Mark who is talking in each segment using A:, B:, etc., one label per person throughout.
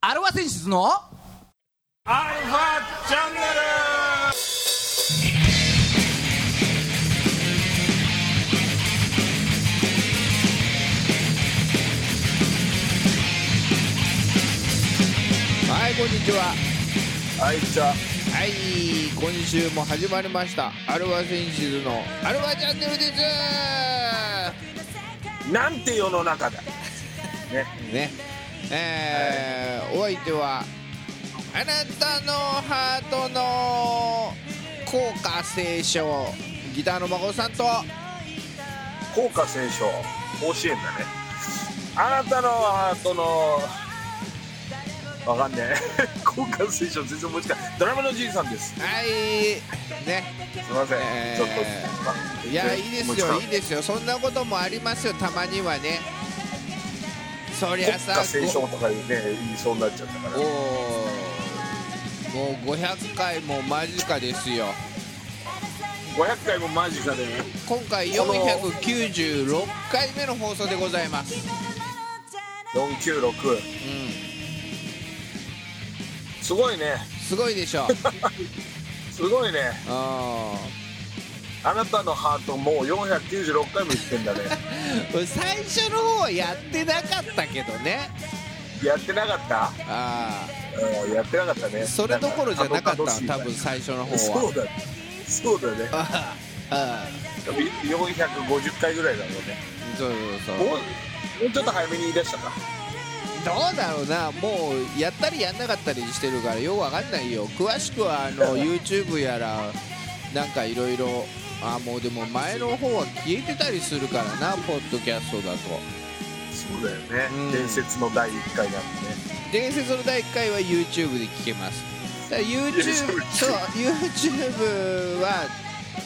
A: アルファ選出の
B: アルファチャンネル
C: はいこんにちは
B: はいじゃあ
C: はい今週も始まりましたアルファセンシズのアルファチャンネルです
B: なんて世の中だ
C: ねえーお相手はあなたのハートの効果聖書ギターの孫さんと
B: 校歌選奨甲子園だねあなたのハートのわかんねえ 校歌選奨全然思いつかないドラムのじいさんです
C: はいね
B: すいません、
C: えー
B: ちょっと
C: いやいいですよいい
B: で
C: ですよそんなこともありますよたまにはねそりゃ
B: 校歌
C: さ
B: 選奨とかね言いそうになっちゃったから
C: おおもう500回も間近ですよ
B: 500回も間近でね
C: 今回496回目の放送でございます、
B: 496
C: うん、
B: すごいね
C: すごいでしょ
B: すごいね
C: う
B: あなたのハートもう496回も言ってんだね
C: ん最初の方はやってなかったけどね
B: やってなかった
C: あ
B: うんやってなかったね
C: あそれどころじゃなかったわ多分最初の方
B: そう
C: は
B: だねそうだね
C: ああ
B: 450回ぐらいだもんね
C: そうそう
B: も
C: そう
B: うもうちょっと早めに言い出したか
C: どうだろうなもうやったりやんなかったりしてるからよくわかんないよ詳しくは あの YouTube やらなんかいろいろあもうでも前の方は消えてたりするからなポッドキャストだと
B: そうだよね、
C: うん
B: 伝説の第1回なんでね
C: 伝説の第1回は YouTube で聞けますだから YouTube そう YouTube は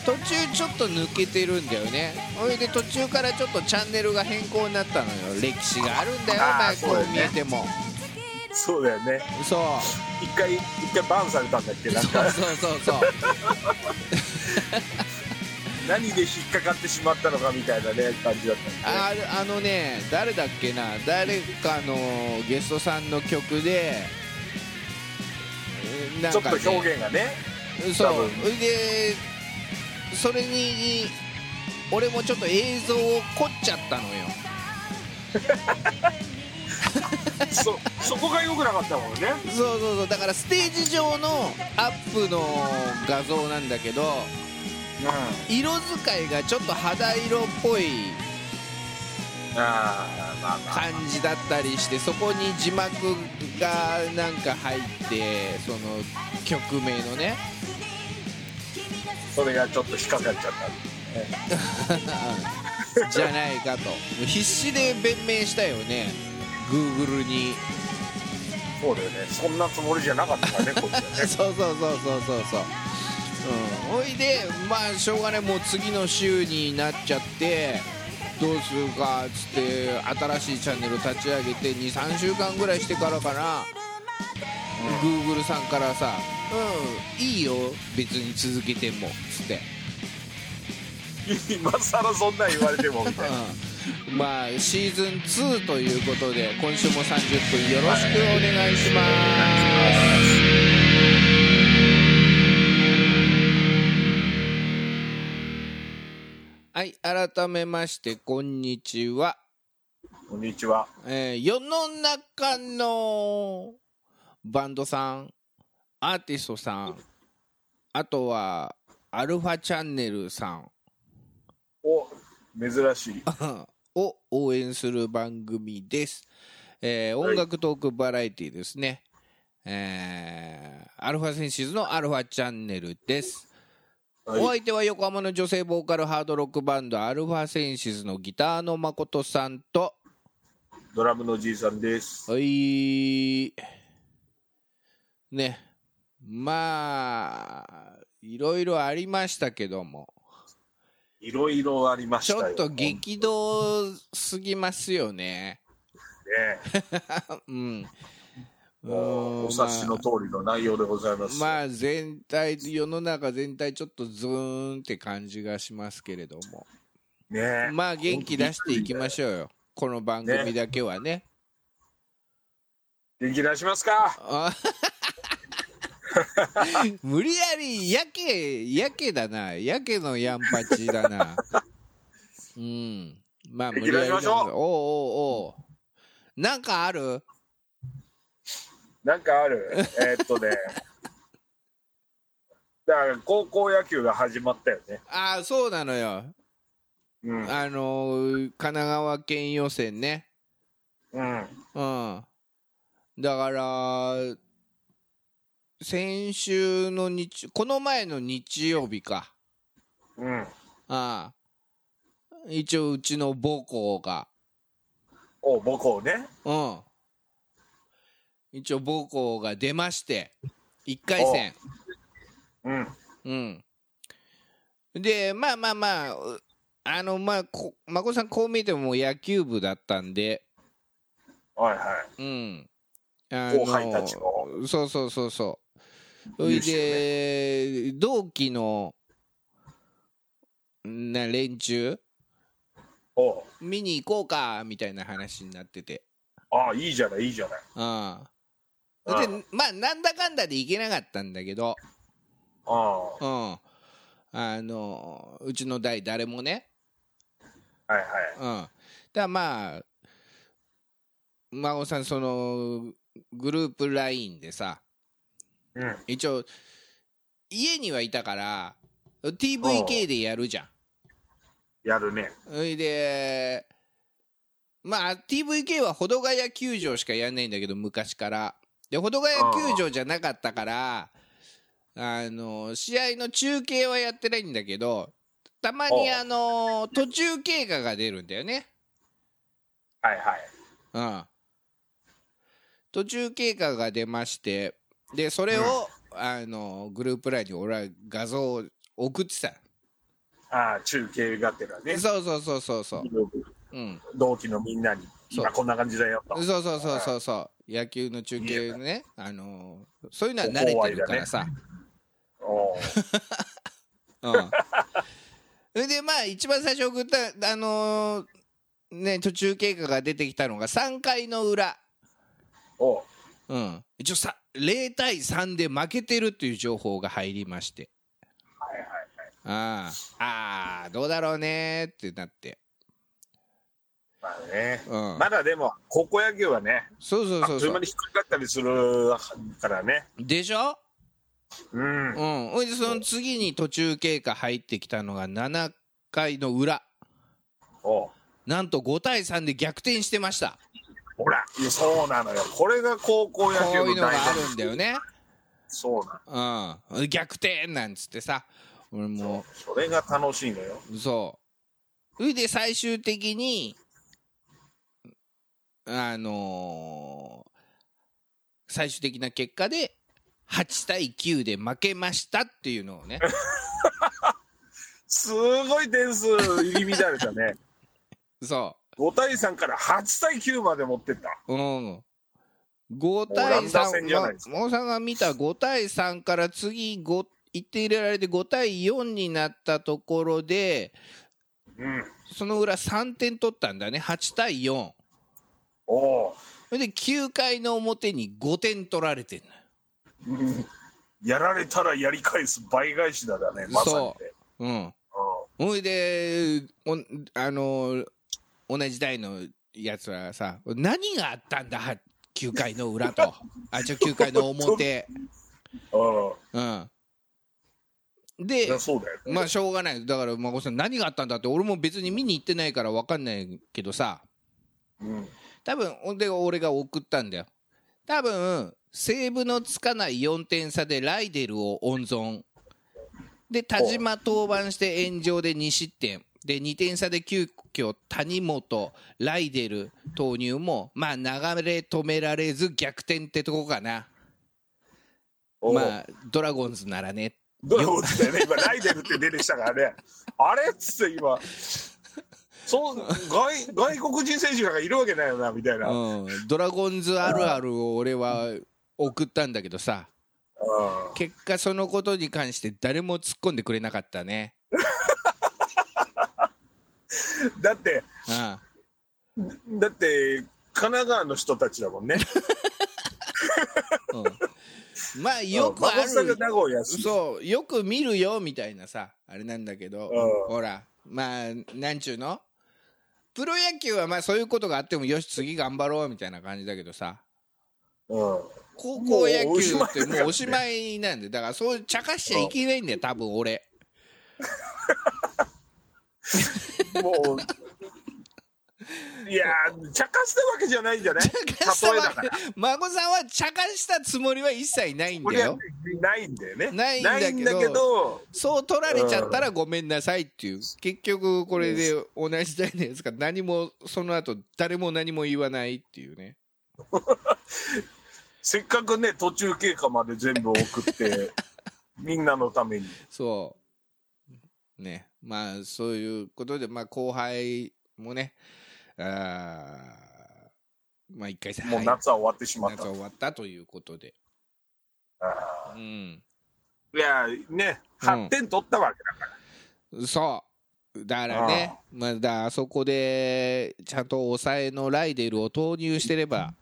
C: 途中ちょっと抜けてるんだよねそれで途中からちょっとチャンネルが変更になったのよ歴史があるんだよ
B: あー
C: 前こ
B: そうだよね
C: う見えても
B: そうだよね
C: そう
B: 一回一回バンされたんだっけなん
C: そ
B: か
C: うそうそうそう
B: 何で引っかかってしまったのかみたいなね感じだったんだね
C: あるあのね誰だっけな誰かのゲストさんの曲でうんなん
B: ちょっ
C: か、ね、
B: と表現がね
C: 現そ
B: 多
C: う
B: 分
C: でそれに俺もちょっと映像を凝っちゃったのよ
B: そそこが良くなかったもんね
C: そうそうそうだからステージ上のアップの画像なんだけど
B: うん
C: 色使いがちょっと肌色っぽい
B: あーまあまあ
C: 感じだったりしてそこに字幕がなんか入ってその曲名のね
B: それがちょっと引っかかっちゃった
C: じゃないかと必死で弁明したよね Google に
B: そうだよねそんなつもりじゃなかったからね こっちはね
C: そうそうそうそうそうそううんおいでまあしょうがないもう次の週になっちゃってどうするかっつって新しいチャンネル立ち上げて23週間ぐらいしてからかな Google さんからさ「うんいいよ別に続けても」っつって
B: 今更そんなん言われてもみたいな
C: うんまあシーズン2ということで今週も30分よろしくお願いしますはい改めましてこんにちは、
B: こんにちは
C: えー世の中のバンドさんアーティストさんあとはアルファチャンネルさん
B: お珍しい
C: を応援する番組です。えー
B: はい
C: 音楽トークバラエティですね。えーアルファセンシズのアルファチャンネルです。お
B: はい
C: 相手は横浜の女性ボーカルハードロックバンドアルファセンシズのギターの誠さんと、
B: ドラムのじいさんです
C: はい。ね。まあ、いろいろありましたけども、
B: いろいろありまし
C: ち
B: たよ
C: ょっと激動すぎますよね。
B: ね
C: うん。
B: もうお察しの通りの内容でございます、
C: まあ、まあ全体、世の中全体ちょっとズーンって感じがしますけれども。
B: ね
C: ま あ元気出していきましょうよ。この番組だけはね。
B: 元気出しますか
C: あ無理やりやけやけだなやけのやんぱちだなうんまあ無
B: 行
C: 理
B: き
C: や
B: 出
C: り
B: し
C: な
B: ま
C: ん
B: し
C: だ
B: ょう
C: おうおうおうなんかある
B: なんかあるえーっとねだから高校野球が始まったよね
C: ああそうなのよ
B: うん
C: あのー神奈川県予選ね
B: うん
C: うんだから先週の日この前の日曜日か
B: うん
C: ああ一応うちの母校が
B: お母校ね
C: うん一応母校が出まして1回戦
B: うん
C: うんでまあまあまあうあのまあこ孫さんこう見ても野球部だったんで
B: はいは
C: うんあ
B: 後輩たちの
C: そうそうそうそうそ
B: い
C: れ
B: い
C: で、同期のな連中
B: いお
C: 見に行こうかみたいな話になってて
B: ああいいじゃないいいじゃない
C: あ
B: う
C: あ
B: ん
C: でまあなんだかんだで行けなかったんだけど、
B: あ
C: うん、あのうちの代誰もね、
B: あはいはい
C: うん、だからまあ孫さんそのグループ LINE でさ
B: うん
C: 一応家にはいたから TVK でやるじゃん
B: やるね
C: それでまあ TVK は保土ヶ谷球場しかやんないんだけど昔からで保土ヶ谷球場じゃなかったからあの試合の中継はやってないんだけどたまに
B: ああ
C: あの途中経過が出るんだよね
B: はいはい
C: うん途中経過が出ましてでそれを、あのグループラインに俺は画像を送ってた
B: ああ中継がてらね
C: そうそうそうそうそううん
B: 同期のみんなに
C: そう
B: 今こんな感じだよと
C: そうそうそうそうそう野球の中継ねあのーそういうのは慣れてるからさ、
B: おー
C: うんそれでまあ一番最初送ったあのーね途中経過が出てきたのが3回の裏
B: おう
C: うん一応さ0対3で負けてるっていう情報が入りまして
B: はいはいはい
C: あーあーどうだろうねーってなって
B: まあね
C: うん
B: まだでも高校野球はね
C: そうそう
B: あっ
C: そ
B: と
C: う
B: い
C: そう
B: 間
C: う
B: にひっくり返ったりするからね
C: でしょ
B: うん
C: うんほいでその次に途中経過入ってきたのが7回の裏
B: おう
C: なんと5対3で逆転してました。
B: ほらいやそうなのよこれが高校
C: こ
B: 野球
C: ういう
B: の
C: の
B: 醍
C: があ
B: 醐
C: るんだよね。
B: そうなの
C: うん。逆転なんつってさ。俺も
B: それが楽しいのよ
C: う、そう。それで最終的に、あのー最終的な結果で、8対9で負けましたっていうの をね。
B: すごい点数入り乱れた ね
C: そ
B: 5対3から8対9まで持ってった
C: う。うん。5
B: もう
C: 対
B: 乱打戦じゃないです
C: 3、モさんが見た5対3から次5、1点入れられて5対4になったところで、
B: うん
C: その裏3点取ったんだね、8対4。
B: おお
C: それで9回の表に5点取られてる
B: う、うん、やられたらやり返す倍返しだだねまさにね
C: そううん。
B: うん
C: ほいで、おあの、同じ代のやつらさ、何があったんだ、は9回の裏と。あ、じゃ9回の表。
B: あ
C: うん。
B: あ、い
C: で
B: や、そうだよ、ね。
C: まあ、しょうがない。だから、孫さん、何があったんだって、俺も別に見に行ってないから分かんないけどさ。
B: うん、
C: 多分ほんで俺が送ったんだよ多分セーブのつかない4点差でライデルを温存で田島登板して炎上で2失点で2点差で急遽谷本ライデル投入もまあ流れ止められず逆転ってとこかな
B: おう
C: まあドラゴンズならね
B: どういうことだよね、今、ライデルって出てきたからね、 あれっつって今、そう外外国人選手がいるわけないよな、みたいな、うん
C: うんドラゴンズあるあるを俺は送ったんだけどさ結果そのことに関して誰も突っ込んでくれなかったね
B: だって、
C: うん
B: だって、神奈川の人たちだもんね。
C: まあ よくあ
B: うん孫さんが
C: る
B: 名古屋好き
C: そうよく見るよみたいなさあれなんだけど
B: う
C: ほらまあなんちゅうのプロ野球はまあそういうことがあってもよし次頑張ろうみたいな感じだけどさ
B: うん
C: 高校野球っても
B: も
C: う
B: う
C: お
B: お
C: し
B: し
C: まいなんでだからそう茶化しちゃいけないんだよ多分俺
B: もういやー茶化したわけじゃないんじゃない
C: 茶化した
B: 例えだ から
C: 孫さんは茶化したつもりは一切ないん
B: こ
C: だ
B: れは
C: よ
B: ないんだよね
C: ないんだけど
B: ないんだけど
C: そう取られちゃったらごめんなさいっていう結局これで同じだよねですから何もその後誰も何も言わないっていうね
B: せっかくね途中経過まで全部送って みんなのために
C: そう。ね。まあ、そういうことで、まあ、後輩もね、あーまあ、一回戦
B: もう夏は終わってしま
C: はい
B: った、
C: 夏終わったということで。うん。
B: いやね
C: うん
B: 8点取ったわけだか
C: そう。だからね、まあ、だからあそこで、ちゃんと抑えのライデルを投入してれば、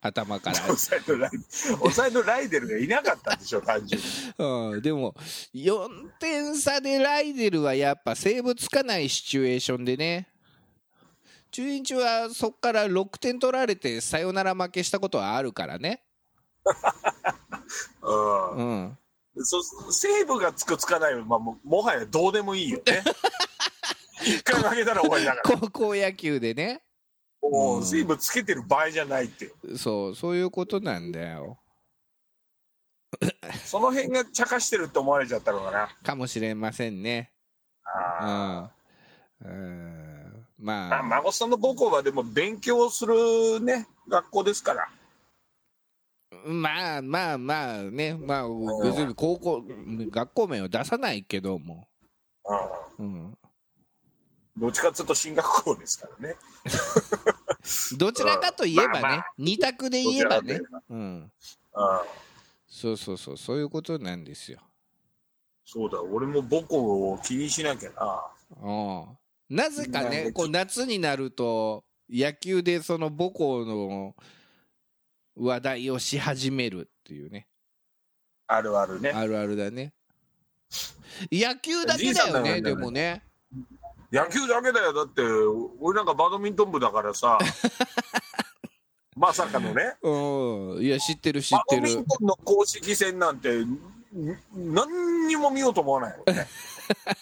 C: 頭から
B: ら、。抑えのライ抑えのライデルがいなかったんでしょ単純に
C: うん、でも、4点差でライデルはやっぱセーブつかないシチュエーションでね、中日はそこから6点取られて、サヨナラ負けしたことはあるからね、
B: うん
C: うん、
B: そセーブがつくつかないまあ、ももはやどうでもいいよ ね一回負けたら終わりだから
C: 高校野球でね、
B: も
C: うん
B: うセーブつけてる場合じゃないって
C: そう、そういうことなんだよ、
B: その辺が茶化してるって思われちゃったのかな
C: かもしれませんね。う
B: あ
C: んうん、
B: ーまあ
C: まあ、
B: 孫さんの母校はでも勉強をするね学校ですから
C: まあまあまあね、まあ、別に高校、学校名を出さないけども、
B: う
C: うん、
B: んどっちかっていうと進学校ですからね
C: どちらかといえばね、
B: まあま
C: 二択で
B: ど
C: 言
B: ち
C: え
B: ら
C: ば
B: かといえ
C: ね
B: ば、
C: うん、
B: うん
C: そうそうそう、そういうことなんですよ。
B: そうだ俺も母校を気にしなきゃな
C: うんなぜか
B: な
C: ね
B: ん、
C: こう夏になると、野球でその母校の話題をし始めるっていうね、
B: あるあるね
C: あるあるだね。野球だけだよ
B: じいさ
C: ね、
B: んだ
C: で
B: よね
C: もね。
B: 野球だけだよだって俺なんかバドミントン部だから さまさかのね
C: うん、いや、知ってる、知っ
B: バ
C: て
B: ドミ
C: る
B: ン。トンの公式戦なんてん何にも見ようと思わないもんね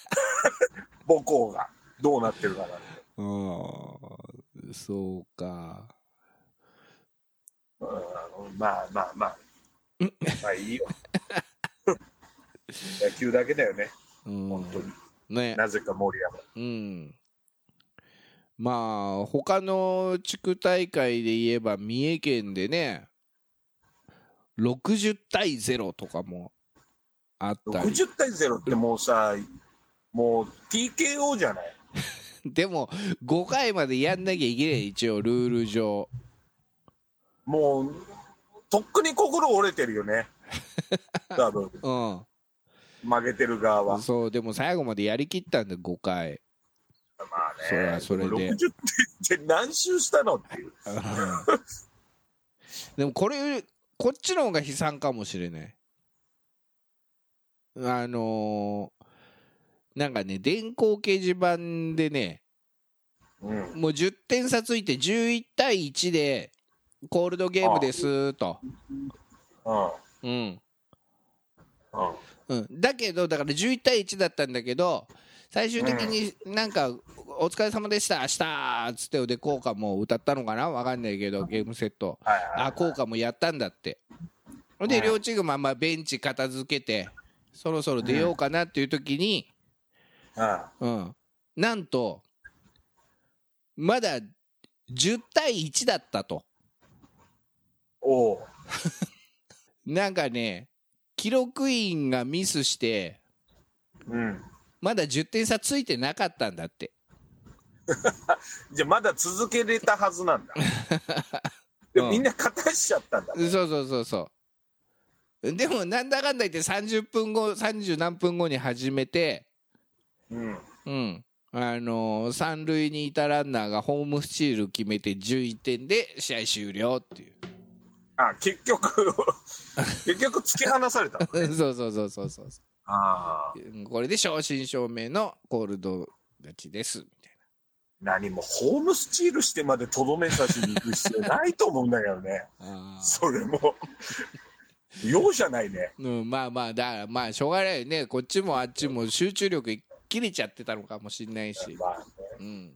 B: 母校がどうなってるかなんて
C: うん、そうか。
B: うんまあまあまあまあい いよ野球だけだよね
C: うん、
B: 本当に
C: ね。
B: なぜか盛り上がる
C: うん。まあ、他の地区大会で言えば、三重県でね、60対0とかもあったり。
B: 60対0ってもうさもう TKO じゃない
C: でも、5回までやんなきゃいけない、一応、ルール上。
B: もうとっくに心折れてるよ ね多分
C: う
B: 負けてる側は
C: ん。そう、でも最後までやりきったんで、5回。
B: ま
C: それ
B: あね
C: はそれで
B: 60点って何周したのっていう
C: うんでも、これ、こっちの方が悲惨かもしれない。あのーなんかね、電光掲示板でね、
B: うん
C: もう10点差ついて11対1でコールドゲームですと、
B: うん
C: うん
B: うん
C: うん、だけどだから11対1だったんだけど最終的になんか「お疲れ様でした明日」っつってで効果も歌ったのかなわかんないけどゲームセット
B: はいはい
C: あ効果もやったんだってほんで
B: うん
C: 両チームまあまあベンチ片付けてそろそろ出ようかなっていう時に、
B: あ
C: うん、なんと、まだ10対1だったと。
B: おう
C: なんかね、記録員がミスして、
B: うん
C: まだ10点差ついてなかったんだって。
B: じゃあまだ続けれたはず なんだで
C: うん
B: みんな勝たしちゃったんだ
C: そうそうそうそう。でも、なんだかんだ言って30分後、30何分後に始めて、
B: うん
C: うん。あのー三塁にいたランナーがホームスチール決めて11点で試合終了っていう。
B: あ結局 結局突き放されたの
C: そうそうそうそうそうそ
B: ああ
C: ううんこれで正真正銘のコールド勝ちですみたい
B: 何もホームスチールしてまでとどめさしに行く必要ないと思うんだけどね
C: なあー
B: それも容赦ないね
C: うん、まあまあだからまあしょうがないよねこっちもあっちも集中力切れちゃってたのかもしれないし、
B: まあ
C: うん、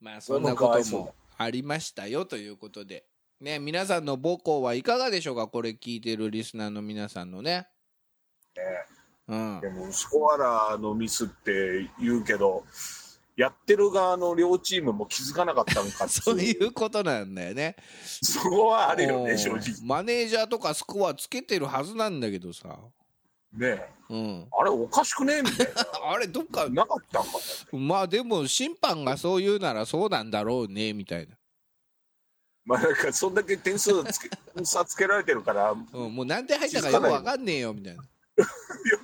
C: まあそんなこ
B: かわい
C: と
B: そうだ
C: もありましたよということでね皆さんの母校はいかがでしょうかこれ聞いてるリスナーの皆さんのね
B: ね
C: うん
B: でもスコアラーのミスって言うけどやってる側の両チームも気づかなかったのかって
C: そういうことなんだよね
B: そこはあるよ
C: う
B: ね
C: ん
B: 正直
C: マネージャーとかスコアつけてるはずなんだけどさ
B: ね
C: うん
B: あれおかしくねえみたい
C: あれどっか
B: ななかったんか
C: まあでも審判がそう言うならそうなんだろうねみたいな
B: まあなんかそんだけ点数つけ差つけられてるからよ
C: うん、もう何点入ったかよくわかんねえよみたいな。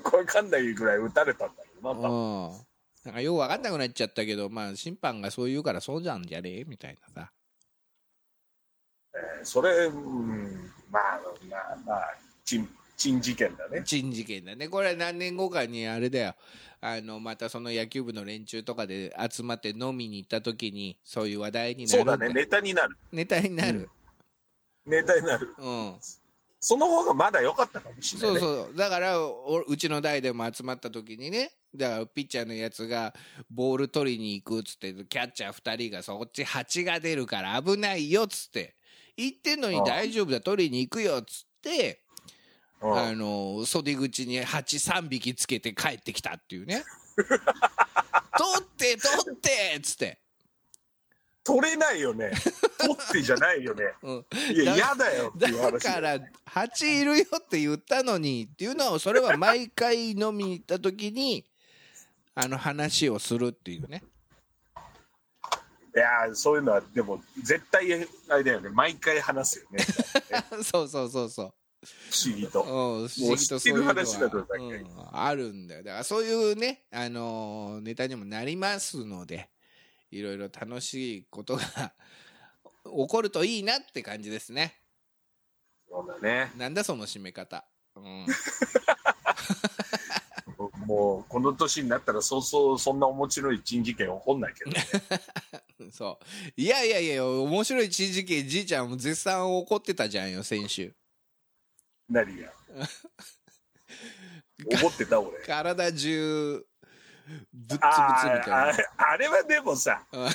B: くわかんないぐらい打たれたんだけど
C: う。
B: なん多分
C: なんかよくわかんなくなっちゃったけど、まあ審判がそう言うからそうじゃんじゃねえみたいなさ。
B: えーそれうんまあまあまあ珍珍事件だね
C: 珍事件だね。これは何年後かにあれだよ。あの、またその野球部の連中とかで集まって飲みに行った時に、そういう話題になる
B: そうん
C: だ
B: だねネタになる
C: ネタになる。
B: ネタになる
C: うん。
B: その方がまだ良かったかもしれない、
C: そ
B: ね
C: う、そう。だから、おうちの代でも集まった時にね、だからピッチャーのやつがボール取りに行くっつって、キャッチャー2人がそっち蜂が出るから危ないよっつって、言ってんの
B: あ
C: に
B: あ
C: 大丈夫だ、取りに行くよっつって、
B: う
C: あ
B: ん
C: の、袖口に蜂3匹つけて帰ってきたってい うね。取って取ってっつって。
B: 取れないよね取ってじゃないよね
C: うん
B: いや
C: だ
B: 嫌だよっていう
C: だ
B: 話
C: から蜂いるよって言ったのにっていうのはそれは毎回飲みに行った時にあの話をするっていうね
B: いやーそういうのはでも絶対あれだよね毎回話すよね
C: そうそうそうそう
B: 不思議
C: うん
B: と
C: 不思議とそういうのは
B: もう知ってる話だとだけ
C: うんあるんだよだからそういうね、あのーネタにもなりますのでいろいろ楽しいことが起こるといいなって感じですね
B: そうだね
C: なんだその締め方、うん、
B: もうこの年になったらそうそうそんな面白い珍事件起こんないけどね
C: そう。いやいやいや、面白い知事件、じいちゃんも絶賛怒ってたじゃんよ、先週。
B: 何 が怒ってた俺
C: 体中、ぶっつぶつみ
B: あー
C: た
B: あ
C: いな。
B: れあれはでもさ
C: うん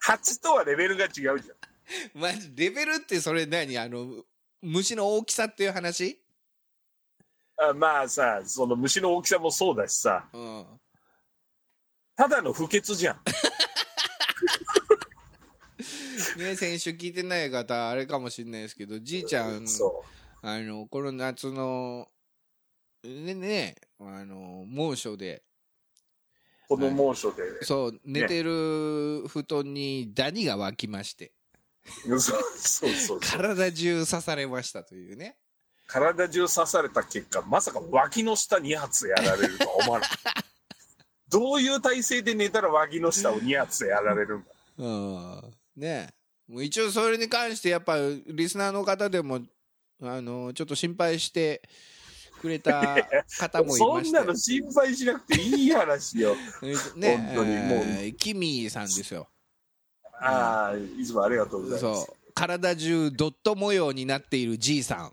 B: 蜂とはレベルが違うじゃん
C: マジ、レベルってそれ何あの、虫の大きさっていう話
B: あまあさその虫の大きさもそうだしさ
C: うん。
B: ただの不潔じゃん
C: ね、先週聞いてない方、あれかもしれないですけど、じいちゃん、
B: そ
C: あの、この夏の、ね、ね、あの、猛暑で、
B: うこの猛暑で、
C: そう、寝てる布団にダニが湧きまして、
B: そうそうそうそう
C: 体中刺されましたというね。
B: 体中刺された結果まさか脇の下2発やられるとは 思わなかったどういう体勢で寝たら脇の下を2発やられるんだ
C: うんねえもう一応それに関してやっぱリスナーの方でもあのちょっと心配してくれた方 もい
B: そ
C: ま
B: ん
C: した
B: な
C: よ
B: の心配しなくていい話よ
C: ね
B: 本当にもう
C: えーキミさんですよ
B: ああいつもありがとうございます
C: そう体中ドット模様になっているじいさん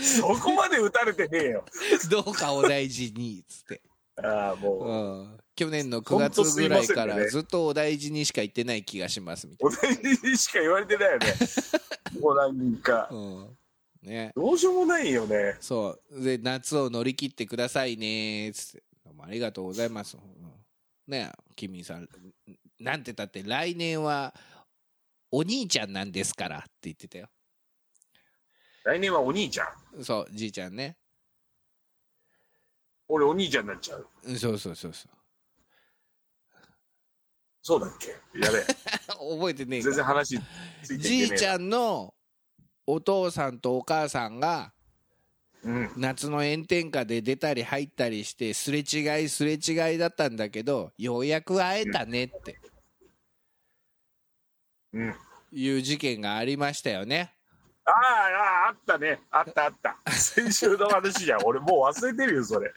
B: そこまで打たれてねえよ
C: どうかお大事につって、
B: ああ
C: う
B: も
C: ん、去年の9
B: ほん
C: 月
B: とす
C: ぐ
B: い
C: ら
B: ま
C: い
B: せんね
C: からずっとお大事にしか言ってない気がしますみ
B: う
C: たい
B: お大事にしか言われて ないよねもうなんか
C: な、うん、ね
B: どうしようもないよね
C: そう。で、夏を乗り切ってくださいねー、つって。どうもありがとうございます。うん、ねえ、キミさん、なんてたって来年はお兄ちゃんなんですからって言ってたよ。
B: 来年はお兄ちゃん
C: そう、じいちゃんね。
B: 俺お兄ちゃんになっちゃう
C: うんそうそうそうそ
B: そうだっけや べえ
C: う。覚えてねえ
B: 全然
C: か。
B: 話ついてい
C: じ
B: けねえ
C: いちゃんのお父さんとお母さんが
B: うん
C: 夏の炎天下で出たり入ったりしてすれ違いすれ違いだったんだけどようやく会えたねって
B: うん
C: いう事件がありましたよね
B: あああああったねあったあった先週の話じゃん俺もう忘れてるよそれ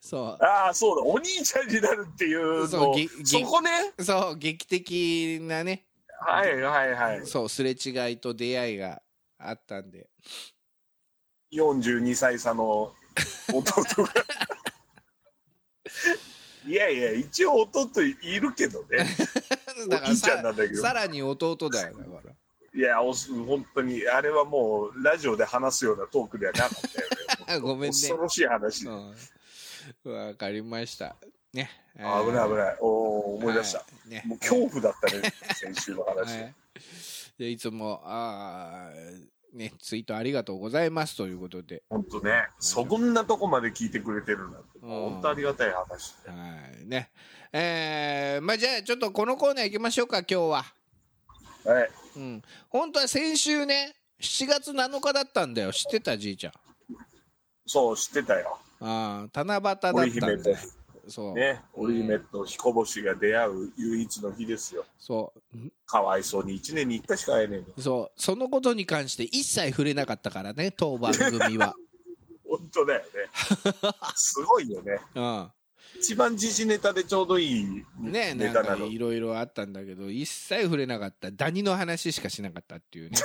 C: そ
B: ああそうだお兄ちゃんになるっていう
C: そ
B: の
C: うぎ
B: そ
C: ぎ
B: こね
C: うそう劇的なね
B: はいはいはい
C: そうすれ違いと出会いがあったんで
B: 42歳差の弟 がいやいや一応弟いるけどねお
C: だから
B: 兄ちゃんな
C: さ
B: んだけど
C: さらに弟だよだから
B: いやおす本当にあれはもうラジオで話すようなトークではなかったよね
C: あ ごめんね
B: 恐ろしい話、
C: うんわかりましたね
B: あ危ない危ないおお思い出した、
C: はいね
B: もう恐怖だったね先週の話、
C: はい、でいつもあー、ね、ツイートありがとうございますということで、
B: 本当ねそこんなとこまで聞いてくれてるなんて
C: うん
B: 本当ありがたい話
C: はいねえーまあ、じゃあちょっとこのコーナー行きましょうか今日は、
B: はい
C: うん、本当は先週ね7月7日だったんだよ知ってたじいちゃん
B: そう知ってたよ
C: あー七夕だったんだ
B: 織姫と
C: よそう,、
B: ね織姫と彦星が出会う唯一の日ですよ
C: そ
B: かわいそうに1年に1回しか会えねえの
C: うそうそのことに関して一切触れなかったからね当番組 は、
B: 本当だよねすごいよね
C: うん、
B: 一番時事ネタでちょうどいいネ
C: ねなん
B: タ
C: か
B: なの
C: いろいろあったんだけど一切触れなかったダニの話しかしなかったっていうね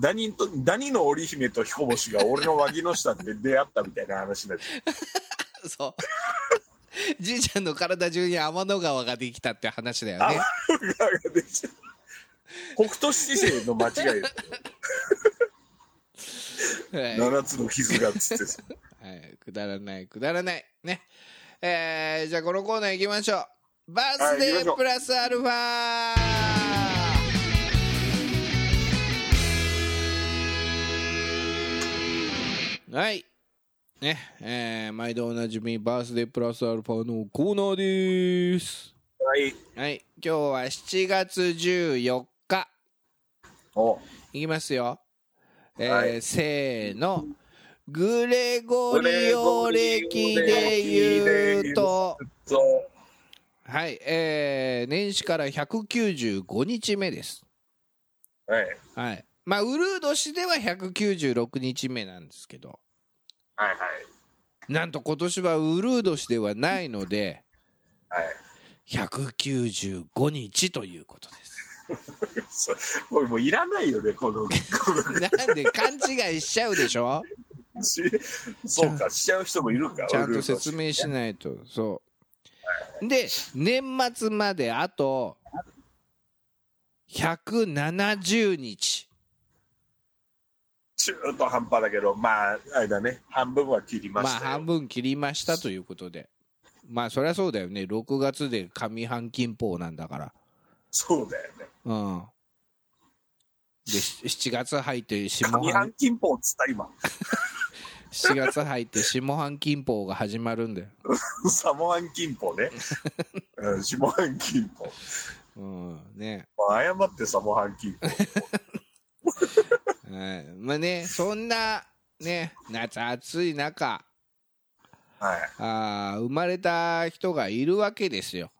B: ダニとダニの織姫と彦星が俺の脇の下で出会ったみたいな話になって
C: そう じいちゃんの体中に天の川ができたって話だよね
B: 北斗七星の間違い だよ
C: はい、
B: 7
C: は
B: つの傷がっつってさ
C: い、くだらないくだらないねえー、じゃあこのコーナー行きましょうバース
B: はい行
C: デ
B: きましょ
C: ー
B: う
C: プラスアルファ、はい。ね、えー毎度おなじみバースデープラスアルファのコーナーです。
B: はい
C: はい、今日は7月14日。
B: お
C: いきますよ。えー
B: はい
C: せーの。グレゴリオ歴で言うと、
B: そう
C: はい、えー年始から195日目です。
B: はい
C: はい。まあ、ウルー年では196日目なんですけど、
B: はいはい
C: なんと今年はウルー年ではないので、
B: はい
C: 195日ということです。
B: そうこれもういらないよねこのこの
C: なんで勘違いしちゃうでしょ
B: しそうかしちゃう人もいるか
C: ちゃんと説明しないと。そう。で、年末まであと、170日。
B: 中途半端だけどまああれだね半分は切り
C: ま
B: ま
C: あ、
B: したよ、
C: 半分切りましたということで。まあ、そりゃそうだよね。6月で上半期法なんだから。
B: そうだよね
C: うん。で、し7月入って下
B: 上
C: 半
B: 半、金法っつった今
C: 7月入って下半期法が始まるんだよ。
B: サモハン金法 ね、うん、下半金法
C: うん。ね。
B: まあ誤ってサモハン金法
C: はい。まあね、そんな、ね、夏暑い中、
B: はい
C: あー生まれた人がいるわけですよ。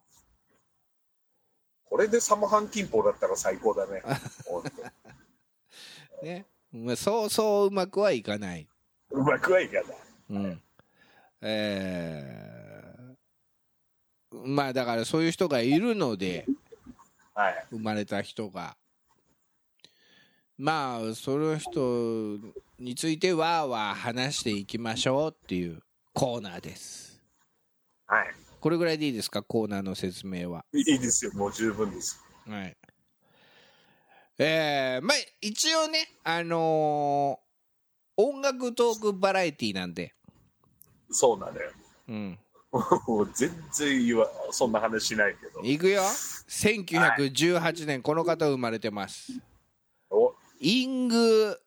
B: これでサモハン金法だったら最高だね ほんと
C: ね。まあ、そうそううまくはいかない。
B: うまくはいかない
C: うん。えーまあだからそういう人がいるので、
B: はい
C: 生まれた人が。まあ、その人についてわーわー話していきましょうっていうコーナーです。
B: はい
C: これぐらいでいいですか、コーナーの説明は。
B: いいですよもう十分です
C: はい。えー、まあ、一応ね、あのー音楽トークバラエティなんで、
B: そうなのよ
C: うん。
B: もう 全然言わそんな話しないけど
C: いくよ。1918年、この方生まれてます。
B: お
C: イング、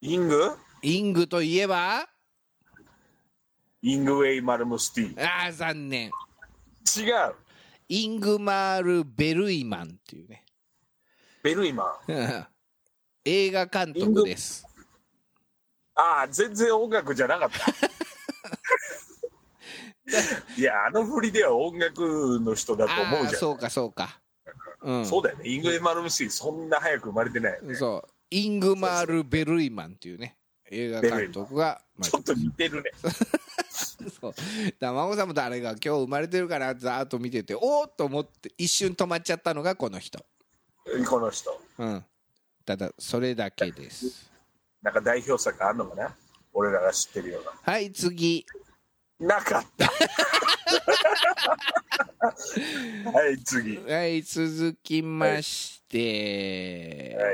B: イング
C: イングといえば、
B: イングウェイ・マルムスティ
C: ああ、残念。
B: ン違う
C: イングマール・ベルイマンっていうね。
B: ベルイマン
C: 映画監督です。
B: ああ全然音楽じゃなかったいやあの振りでは音楽の人だと思う
C: ああ
B: じゃん
C: そ
B: そう
C: かそうかうん
B: うだよねイングエマル・ムシーそんな早く生まれてないよね、
C: そうイングマール・ベルイマンっていうね映画監督が、まあ
B: ちょっと似てるね
C: そうだから真帆さんも誰が今日生まれてるからざーっと見てておーっと思って一瞬止まっちゃったのがこの人、
B: この人
C: うん、ただそれだけです
B: なんか代表作あんのかな俺らが知ってるよう
C: はい次
B: ななかった はい次
C: はい続きまして、
B: は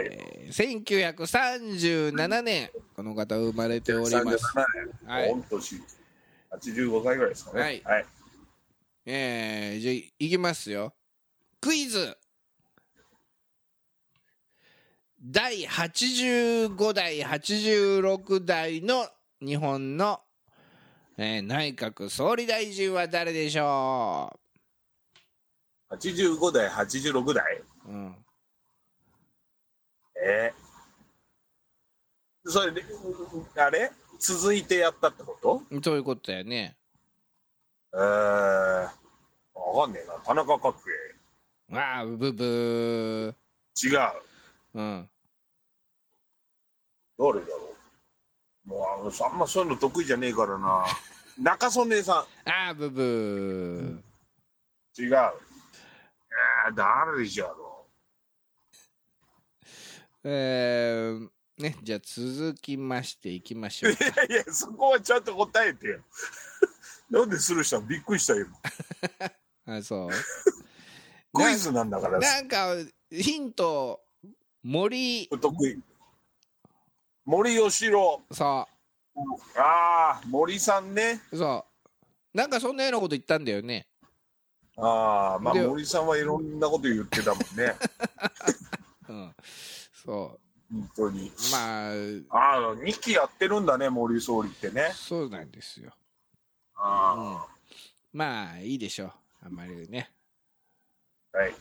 C: 1937年この方生まれており
B: 37
C: ます
B: 年、
C: はい
B: 御年85歳ぐらいですかね
C: はい
B: はい、
C: えー、じゃあいきますよクイズ第85代86代の日本の、えー内閣総理大臣は誰でしょ
B: 85代86代
C: う、うん、
B: えー、それでうあれ続いてやったってこと
C: そういうことだよね
B: えー、わかんねえな田中角
C: わあブブ
B: 栄違う
C: ー、うん、
B: 誰だろうもうあのあんまそういうの得意じゃねえからな中曽根さん
C: ああブブー
B: 違う。えー、誰じゃろ
C: えーね、じゃあ続きましていきましょう
B: う。いやいや、そこはちゃんと答えてよ。 なんでするしたのびっくりしたよ。
C: あそう
B: 今クイズなんだから、
C: なんかヒント森
B: 得意。森喜朗。あ
C: さ
B: あ、森さんね。
C: さなんかそんなようなこと言ったんだよね
B: ああ、まあ
C: で
B: 森さんはいろんなこと言ってたもん ね。
C: うんそ
B: 本当に。
C: うまあ
B: ああ、2期やってるんだね、森総理ってね。
C: そうなんですよ
B: あ
C: まあいいでしょうあんまりね
B: あ、はい。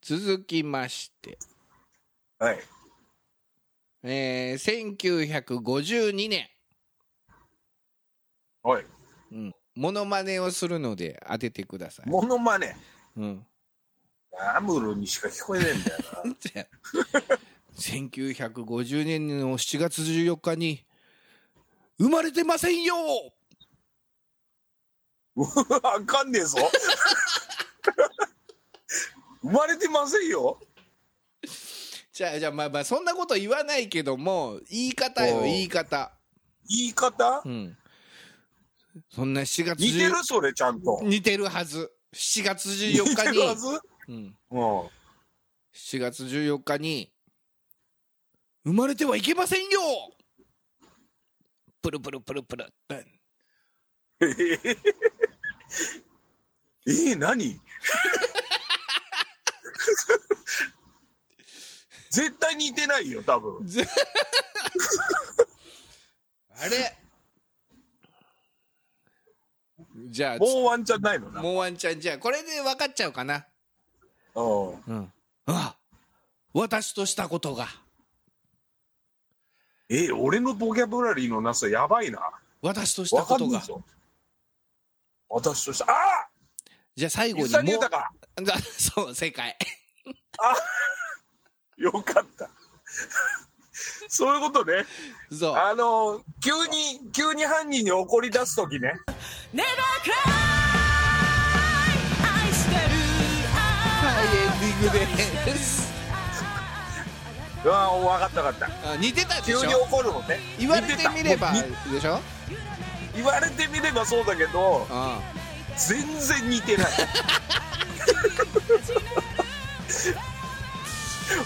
C: 続きまして
B: はい。
C: えー、1952年
B: はい。
C: うんモノマネをするので当ててください
B: モノマネ。
C: うん
B: アムロにしか聞こえねえんだよな。
C: 1950年の7月14日に生まれてませんよ
B: あかんねえぞ。生まれてませんよ。
C: じゃあ、じゃあ、まあまあ、そんなこと言わないけども、言い方よ、
B: おう
C: 言い方。
B: 言い方
C: う。ん。そんな7月
B: 似てる
C: 10
B: それちゃんと。
C: 似てるはず。7月
B: 似
C: 14
B: て
C: 日に
B: る、はず。
C: うん、
B: うん。
C: 7月14日に、生まれてはいけませんよプルプルプルプル。
B: えーえー、何。 絶対似てないよ、多分。
C: あれじゃあ、
B: もうワンチャンないのな。
C: もうワンちゃん、じゃあ、これで分かっちゃうかな。
B: うん。
C: うん。あ私としたことが。
B: えー俺のボキャブラリーのなさやばいな。
C: 私とした
B: わ
C: こ
B: かん
C: と
B: な
C: が
B: い。ぞ。私として、ああ、
C: じゃあ最後に
B: 水谷
C: も
B: 豊か。
C: う、だ そう、正解。
B: よかった。そういうことね。
C: そう。
B: あの急に急に犯人に怒り出す時ね
A: Never cry 愛してる
C: はい、エンディングです。
B: うわ分かった分かった
C: あ似てたで
B: 急
C: し
B: に
C: ょ
B: 怒るもんね
C: 言われてみれば
B: 似
C: で
B: てた
C: しょ
B: 言われてみればそうだけど
C: うん。
B: 全然似てない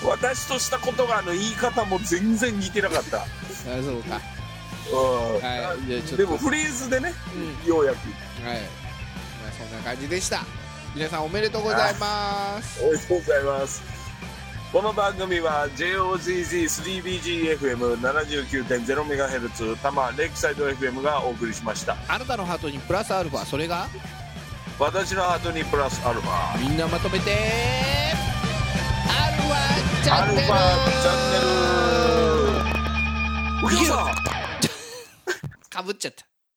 B: 私としたことがあの言い方も全然似てなかった、うん
C: あそうか。はいじゃあちょっと
B: でもフレーズでね、ようやく
C: はい。まあ、そんな感じでした。皆さんおめでとうございます。
B: おめでとうございますこの番組は JOZZ3BGFM79.0MHz 多摩レイクサイド FM がお送りしました
C: あなたのハートにプラスアルファ、それが
B: 私のハートにプラスアルファ
C: みんなまとめて、アルファチ
B: ア
C: ャ
B: ル
C: ン
B: フ
C: ネ
B: ァ
C: ル
B: チャンネルお客さん
C: かぶっちゃった。